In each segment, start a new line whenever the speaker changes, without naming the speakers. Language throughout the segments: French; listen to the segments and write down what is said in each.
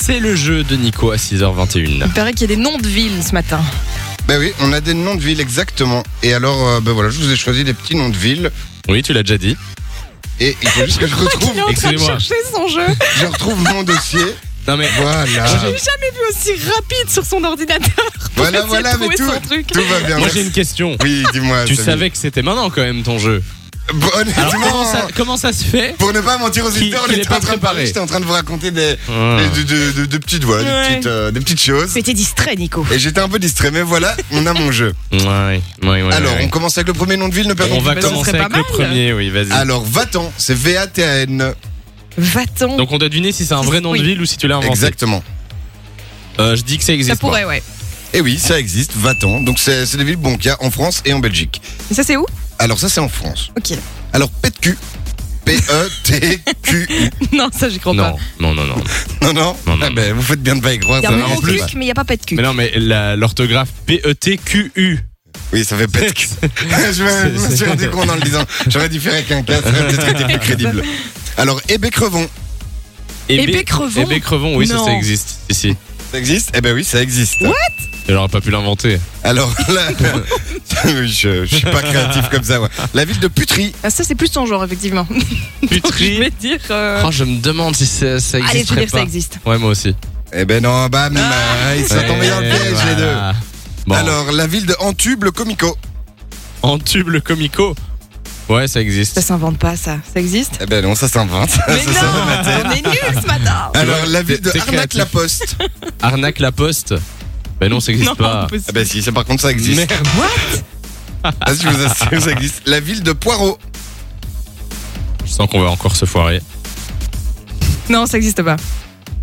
C'est le jeu de Nico à 6h21.
Il paraît qu'il y a des noms de villes ce matin.
Ben oui, on a des noms de villes exactement. Et alors, euh, ben voilà, je vous ai choisi des petits noms de villes.
Oui, tu l'as déjà dit.
Et il faut juste que je retrouve,
Il est en train de
excusez-moi.
chercher son jeu.
je retrouve mon dossier.
Non mais
Voilà,
J'ai jamais vu aussi rapide sur son ordinateur. pour essayer
Ah. voilà,
de
voilà, mais
trouver
tout,
son truc.
tout va bien.
moi
merci.
j'ai une question.
Oui, dis-moi.
Tu
Samy.
savais que c'était maintenant quand même ton jeu.
Bon,
Alors
honnêtement,
comment ça, comment ça se fait
Pour ne pas mentir aux
Qui-
éditeurs,
qui n'est
j'étais
pas
en train de parler,
préparé.
j'étais en train de vous raconter des,
Ah.
des- de, de- de- de petites, voilà,
Ouais.
des, petites, euh, des petites choses.
C'était distrait, Nico.
Et j'étais un peu distrait, mais voilà, on a mon jeu.
Ouais, ouais, ouais, ouais,
Alors,
ouais.
on commence avec le premier nom de ville, ne
on,
perdons
va
pas de temps.
commencer
serait
avec
pas
le
mal.
premier, oui, vas-y.
Alors, Vatan, c'est V-A-T-A-N.
Va-t'en.
Donc on doit deviner si c'est un vrai nom de
Oui.
ville ou si tu l'as inventé.
Exactement.
Euh, je dis que ça
Ça
existe. pas.
pourrait, ouais.
Et Eh oui, ça existe, Vatan. Donc, c'est c'est des villes bon, qu'il y a en France et en Belgique.
Et ça, c'est où
Alors, ça, c'est en France.
Ok.
Alors, PETQ. E P-E-T-Q.
Non, ça, j'y crois pas.
Non, non, non, non.
non, non.
Non, non,
Ah ben, vous faites bien de pas y croire.
Il y a
ça
un
va en
mot
plus.
cuc, mais il n'y a pas pas de cul.
Mais non, mais la- l'orthographe E P-E-T-Q-U.
Oui, ça fait PETQ. je me- je me suis rendu compte en le disant. J'aurais dû faire avec un cas, ça aurait peut-être été plus crédible. Alors, Hébé-Crevon,
Et
B-
Bécrevon
Et Bécrevon, oui, ça,
Non.
ça existe. Ici.
ça existe Eh ben oui, ça existe.
Elle aurait pas pu l'inventer.
Alors là, Oui, je, je suis pas créatif comme ça. ouais. La ville de Putry,
Ah, ça, c'est plus ton genre, effectivement. Donc, je
Putri.
vais dire. euh,
Oh, je me demande si ça, ça existe.
Allez, je vais dire, ça existe.
Ouais, moi aussi.
eh ben non,
Ah.
bam, euh, ils sont tombés dans le
Ouais,
piège les deux.
voilà. Bon.
Alors la ville de Antube, le Comico.
En tube le comico. Ouais, ça existe.
Ça s'invente pas, ça. Ça existe
Eh ben non, ça s'invente.
Mais
Ça Ah,
non
s'invente.
On est nuls ce matin
Alors la ville de
T'es
Arnaque
créatif.
la Poste.
Arnaque la poste. Ben non, ça existe
Non,
pas.
impossible.
Eh ben si, ça par contre ça existe.
Merde.
Ah, si, je vous assure, ça existe. La ville de Poirot.
Je sens qu'on va encore se foirer.
Non, ça existe pas.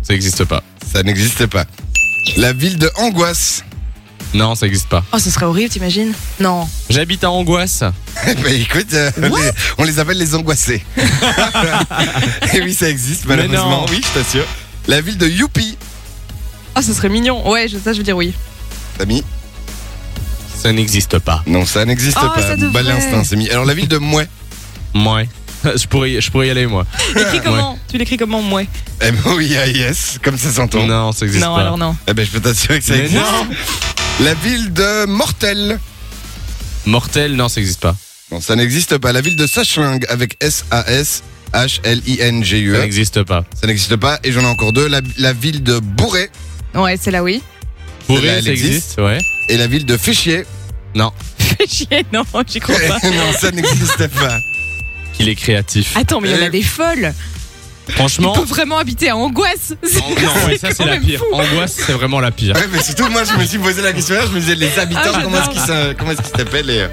Ça existe pas.
Ça n'existe pas. La ville de Angoisse.
Non, ça existe pas.
Oh, ce serait horrible, t'imagines Non.
J'habite à Angoisse.
Eh ben écoute, euh,
What
les- on les appelle les angoissés. Et oui, ça existe
Mais
malheureusement.
non.
Oui, je t'assure. La ville de Youpi,
Oh, ce serait mignon. Ouais, je- ça, je veux dire oui.
Samy.
Ça n'existe pas.
Non, ça n'existe
Ah,
pas.
ça devrait.
Balai instinct, c'est mis. Alors la ville de Mouais.
Moi. Je pourrais, y- je pourrais y aller, moi.
Écris comment Tu l'écris comment, moi
M-O-I-A-I-S, E comme ça s'entend.
Non, ça existe
Non,
pas.
alors non.
Eh ben, je peux t'assurer que ça
Mais
existe.
non.
La ville de Mortel.
Mortel, non, ça existe pas.
Non, ça n'existe pas. La ville de Sachling avec S-A-S-H-L-I-N-G-U-E.
Ça n'existe pas.
E. Ça n'existe pas. Et j'en ai encore deux. La, la ville de Bourré
Ouais, c'est là oui.
Bourré,
Celle-là, elle
ça existe,
existe
ouais.
et la ville de Fichier.
Fais chier, non, j'y crois pas.
non, ça n'existe pas.
Qu'il est créatif.
Attends, mais il y en a des folles. On Ah,
Franchement.
peut vraiment habiter à Angoisse. C'est-
an- Non, ouais, ça,
quand
c'est la
même
pire.
fou.
Angoisse, c'est vraiment la pire.
Ouais, mais surtout, moi, je me suis posé la question. là, Je me disais, les habitants,
Ah,
comment est-ce qu'ils
j'adore.
s'a- comment est-ce qu'ils s'appellent et, euh,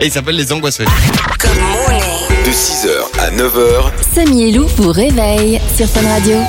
et ils s'appellent les angoissés.
De 6h à 9h,
Samy et Lou vous réveille sur Fun Radio.